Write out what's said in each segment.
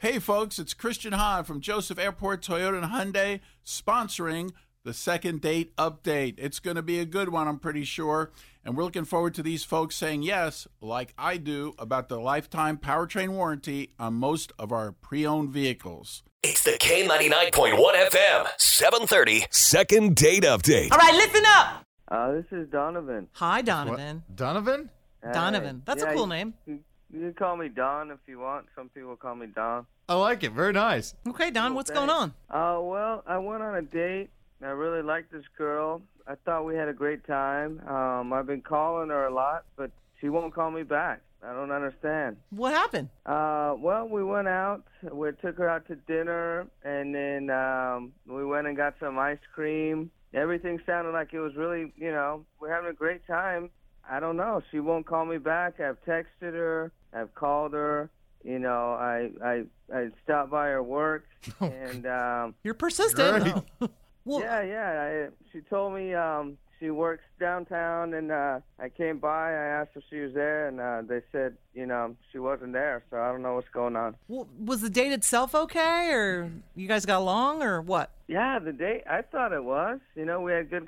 Hey, folks, it's Christian Hahn from Joseph Airport Toyota and Hyundai sponsoring the second date update. It's going to be a good one, I'm pretty sure. And we're looking forward to these folks saying yes, like I do, about the lifetime powertrain warranty on most of our pre owned vehicles. It's the K99.1 FM, 730. Second date update. All right, listen up. Uh, this is Donovan. Hi, Donovan. Donovan? Hey. Donovan. That's a Yeah, cool you- name. You, you can call me Don if you want. Some people call me Don. I like it. Very nice. Okay, Oh, Don, what's going on? thanks. Uh, well, I went on a date. and I really liked this girl. I thought we had a great time. Um, I've been calling her a lot, but she won't call me back. I don't understand. What happened? Uh, well, we went out. We took her out to dinner, and then um, we went and got some ice cream. Everything sounded like it was really, you know, we're having a great time. I don't know. She won't call me back. I've texted her. I've called her. You know, I I I stopped by her work, and um, You're persistent. well, yeah, yeah. I, she told me um, she works downtown, and uh, I came by. I asked if she was there, and uh, they said, you know, she wasn't there. So I don't know what's going on. well, was the date itself okay, or you guys got along, or what? Yeah, the date. I thought it was. You know, we had good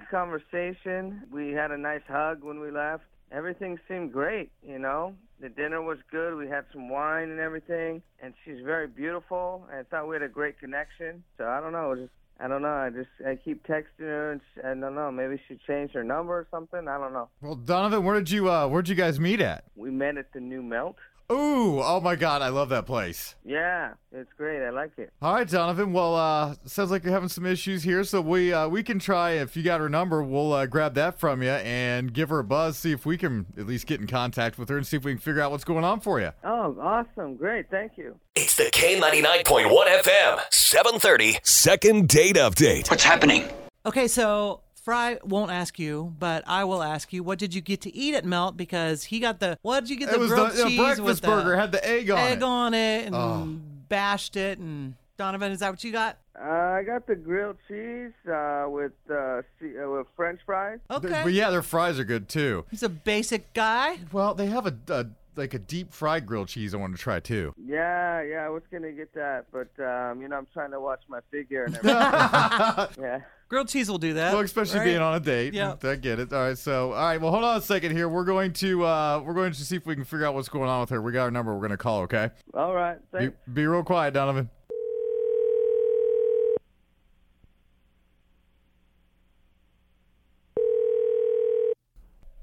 conversation. We had a nice hug when we left. Everything seemed great. You know, the dinner was good. We had some wine and everything. And she's very beautiful. I thought we had a great connection. So I don't know. It was just, I don't know. I just I keep texting her, and sh I don't know. Maybe she changed her number or something. I don't know. Well, Donovan, where did you uh where'd you guys meet at? We met at the New Melt. Ooh, oh my god, I love that place. Yeah, it's great. I like it. All right, Donovan. Well, uh sounds like you're having some issues here, so we uh we can try if you got her number, we'll uh, grab that from you and give her a buzz, see if we can at least get in contact with her and see if we can figure out what's going on for you. Oh, awesome! Great, thank you. It's the K99.1 FM, 730. Second date update. What's happening? Okay, so Fry won't ask you, but I will ask you. What did you get to eat at Melt? Because he got the what did you get? it the was grilled the, the cheese with breakfast the burger had the egg on egg it. on it and Oh. bashed it. And Donovan, is that what you got? Uh, I got the grilled cheese uh, with uh, se- uh, with French fries. They're- Okay, But yeah, their fries are good too. he's a basic guy. Well, they have a, a like a deep fried grilled cheese I want to try too. Yeah, yeah, I was gonna get that, but um, you know, I'm trying to watch my figure and everything. yeah. Grilled cheese will do that. Well, especially right? being on a date. Yeah. I get it. All right, so all right, well, hold on a second here. We're going to uh we're going to see if we can figure out what's going on with her. We got her number. We're going to call, okay? All right. Be, Thanks. be real quiet, Donovan.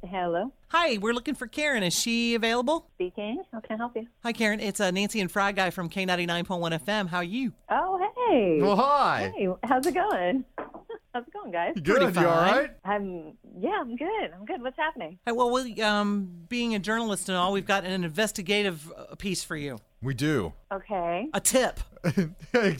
Hello, Hi, we're looking for Karen. Is she available? speaking. How can I help you? Hi, Karen. It's uh, Nancy and Fry guy from K99.1 FM. How are you? Oh, hey. Well, hi. hey, how's it going? how's it going, guys? You Good. Pretty You all fine. right? I'm yeah, I'm good. I'm good. What's happening? Hi, well, we, um, being a journalist and all, we've got an investigative uh, piece for you. We do. Okay. A tip.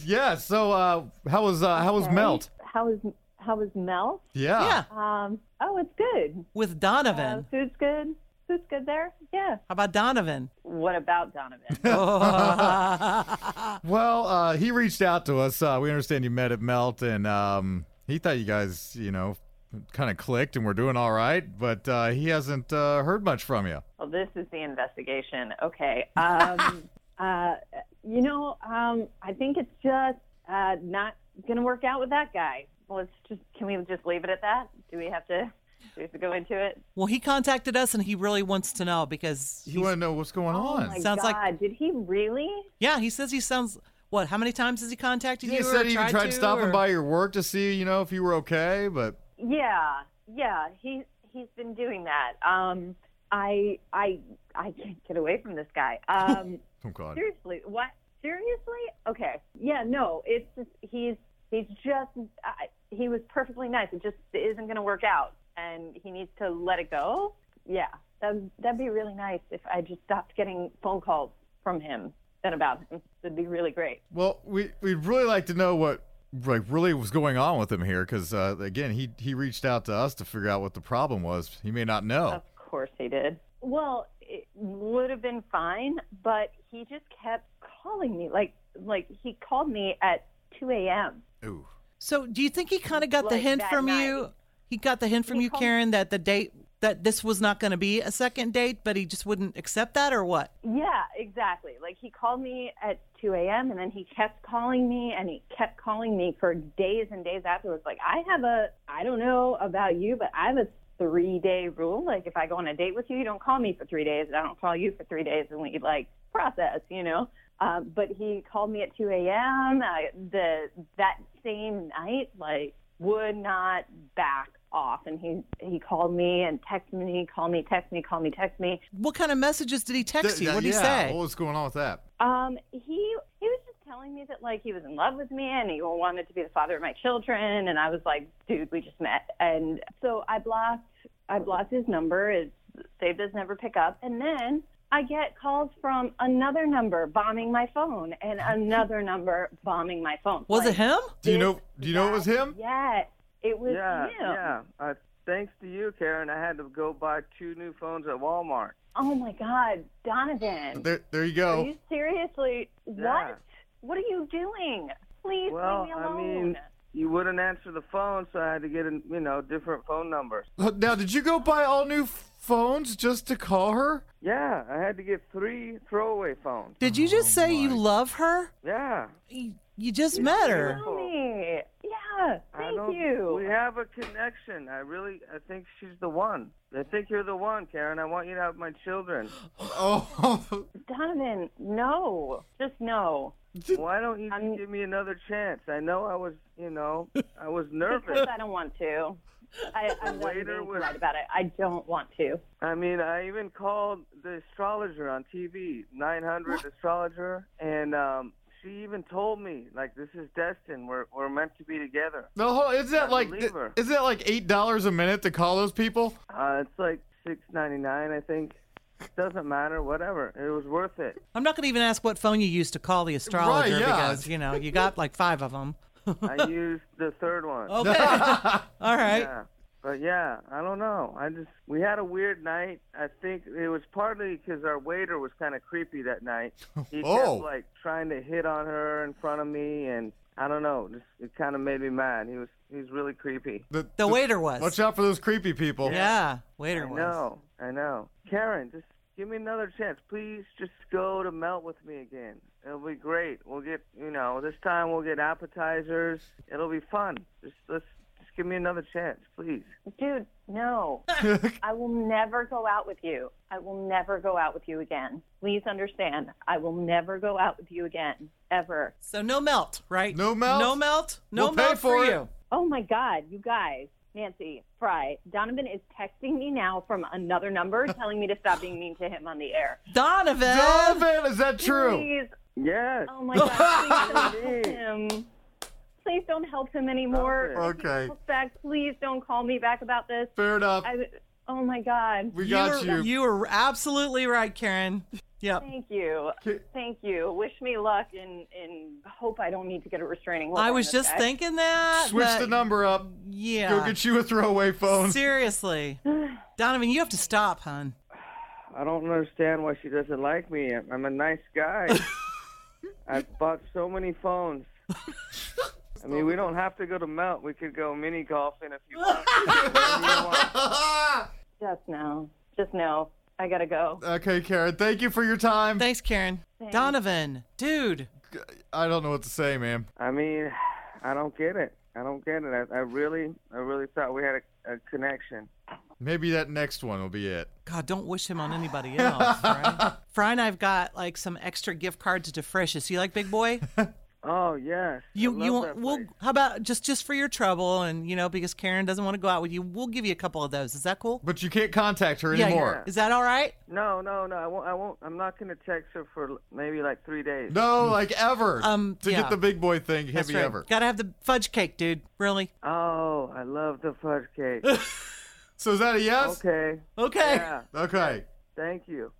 yeah. So, uh, how was uh, how was Melt? How is how is Mel? Yeah. Yeah, Um. Oh, it's good. with Uh, Donovan. food's good. Food's good there. Yeah. How about Donovan? What about Donovan? Oh. Well, uh, he reached out to us. Uh, we understand you met at Melt, and um, he thought you guys, you know, kind of clicked, and we're doing all right. But uh, he hasn't uh, heard much from you. Well, this is the investigation. Okay. Um, uh, you know, um, I think it's just uh, not going to work out with that guy. Let's just can we just leave it at that? Do we have to? Do we have to go into it? well, he contacted us and he really wants to know because, You want to know what's going Oh on? my Sounds God! like- Did he really? yeah, he says he sounds, what, how many times has he contacted He you? said or he even tried, tried to, stopping or- by your work to see, you know, if you were okay. But Yeah, yeah. He he's been doing that. Um, I I I can't get away from this guy. Um, oh god, seriously, what? Seriously? Okay. Yeah. No. It's just, he's he's just I, he was perfectly nice. It just isn't going to work out, and he needs to let it go. Yeah. That that'd be really nice if I just stopped getting phone calls from him then about him. That'd be really great. Well, we we'd really like to know what like really was going on with him here, because uh, again, he he reached out to us to figure out what the problem was. He may not know. Of course he did. Well, it would have been fine, but he just kept calling me. Like, like he called me at 2 a.m. Oh. Ooh, So do you think he kind of got the Like hint that from night. you? He got the hint from He you, called- Karen, that the date that this was not going to be a second date, but he just wouldn't accept that or what? Yeah, exactly. Like he called me at 2 a.m. and then he kept calling me and he kept calling me for days and days afterwards. Like I have a, I don't know about you, but I have a three day rule. Like if I go on a date with you, you don't call me for three days. and I don't call you for three days and we like process, you know? Um, but he called me at 2 a.m. I, the, that same night, like would not back off. And he, he called me and texted me, called me, texted me, called me, texted me. What kind of messages did he text you? Th- What did yeah, he say? What was going on with that? Um, he he was just telling me that like he was in love with me and he wanted to be the father of my children, and I was like, dude, we just met, and so I blocked I blocked his number. It saved as never pick up, and then. I get calls from another number bombing my phone and another number bombing my phone. was it Like, him? Do you this, know? Do you know it was that, him? Yeah, it was yeah, him. yeah. Uh, thanks to you, Karen, I had to go buy two new phones at Walmart. Oh my God, Donovan. There, there you Are go. you seriously? Yeah. What? What are you doing? Please Well, leave me I alone. mean, you wouldn't answer the phone, so I had to get a you know different phone number. Now, did you go buy all new phones just to call her? Yeah, I had to get three throwaway phones. Did you Oh just say you love her? Yeah, You, you just met her. beautiful. me. Yeah, I thank don't- you. We have a connection. I really, I think she's the one. I think you're the one, Karen. I want you to have my children. Oh, Donovan, no. Just no. Why don't you I'm- give me another chance? I know I was, you know, I was nervous. Because I don't want to. I, I'm not Waiter being was- polite about it. I don't want to. I mean, I even called the astrologer on TV, 900 astrologer, and um, she even told me, like, this is destined. We're, we're meant to be together. no! hold on, Isn't that I like believe her. isn't that like eight dollars a minute to call those people? Uh, it's like 6.99, I think. Doesn't matter, whatever. It was worth it. I'm not going to even ask what phone you used to call the astrologer yeah. because, you know, you got like five of them. I used the third one. Okay. All right. Yeah. But yeah, I don't know. I just we had a weird night. I think it was partly because our waiter was kind of creepy that night. He Oh. kept like trying to hit on her in front of me, and I don't know. Just it kind of made me mad. He was he was really creepy. The waiter was. Watch out for those creepy people. Yeah, waiter I was. know, I know. Karen, just give me another chance, please. Just go to melt with me again. It'll be great. We'll get you know this time we'll get appetizers. It'll be fun. Just let's just give me another chance, please. Dude, no. I will never go out with you. I will never go out with you again. Please understand. I will never go out with you again. Ever. So no melt, right? No melt. No melt. No We'll pay melt for it. you. Oh my God, you guys. Nancy, Fry, Donovan is texting me now from another number telling me to stop being mean to him on the air. Donovan. Donovan, is that true? Please, Yes. Oh my God! Please don't help him. Please don't help him anymore. Stop If he Okay. calls Back, please don't call me back about this. Fair enough. I, oh my God. We got were, you. were absolutely right, Karen. Yep. Thank you. Ki- Thank you. Wish me luck and, and hope I don't need to get a restraining order. I on was this just guy. thinking that. Switch but the number up. Yeah. Go get you a throwaway phone. Seriously. Donovan, you have to stop, hon. I don't understand why she doesn't like me. I'm- I'm a nice guy. I've bought so many phones. I mean, we don't have to go to Melt. We could go mini golfing if you want. Whatever you want. Just no. Just no. I gotta go. Okay, Karen. Thank you for your time. Thanks, Karen. Donovan, dude. I don't know what to say, man. I mean, I don't get it. I don't get it. I, I really, I really thought we had a, a connection. Maybe that next one will be it. God, don't wish him on anybody else, right? Fry and I've got like some extra gift cards to Frisch's. You like Big Boy? Oh yes. I You love you that want, we'll place. how about just just for your trouble and you know because Karen doesn't want to go out with you, we'll give you a couple of those. Is that cool? But you can't contact her Yeah, anymore. Is that all right? No, no, no. I won't. I won't. I'm not gonna text her for l- maybe like three days. No, like ever. Um, to yeah. get the big boy thing, can't That's be right. ever. Gotta have the fudge cake, dude. Really? Oh, I love the fudge cake. So is that a yes? okay. Okay. Yeah. Okay. Thank you.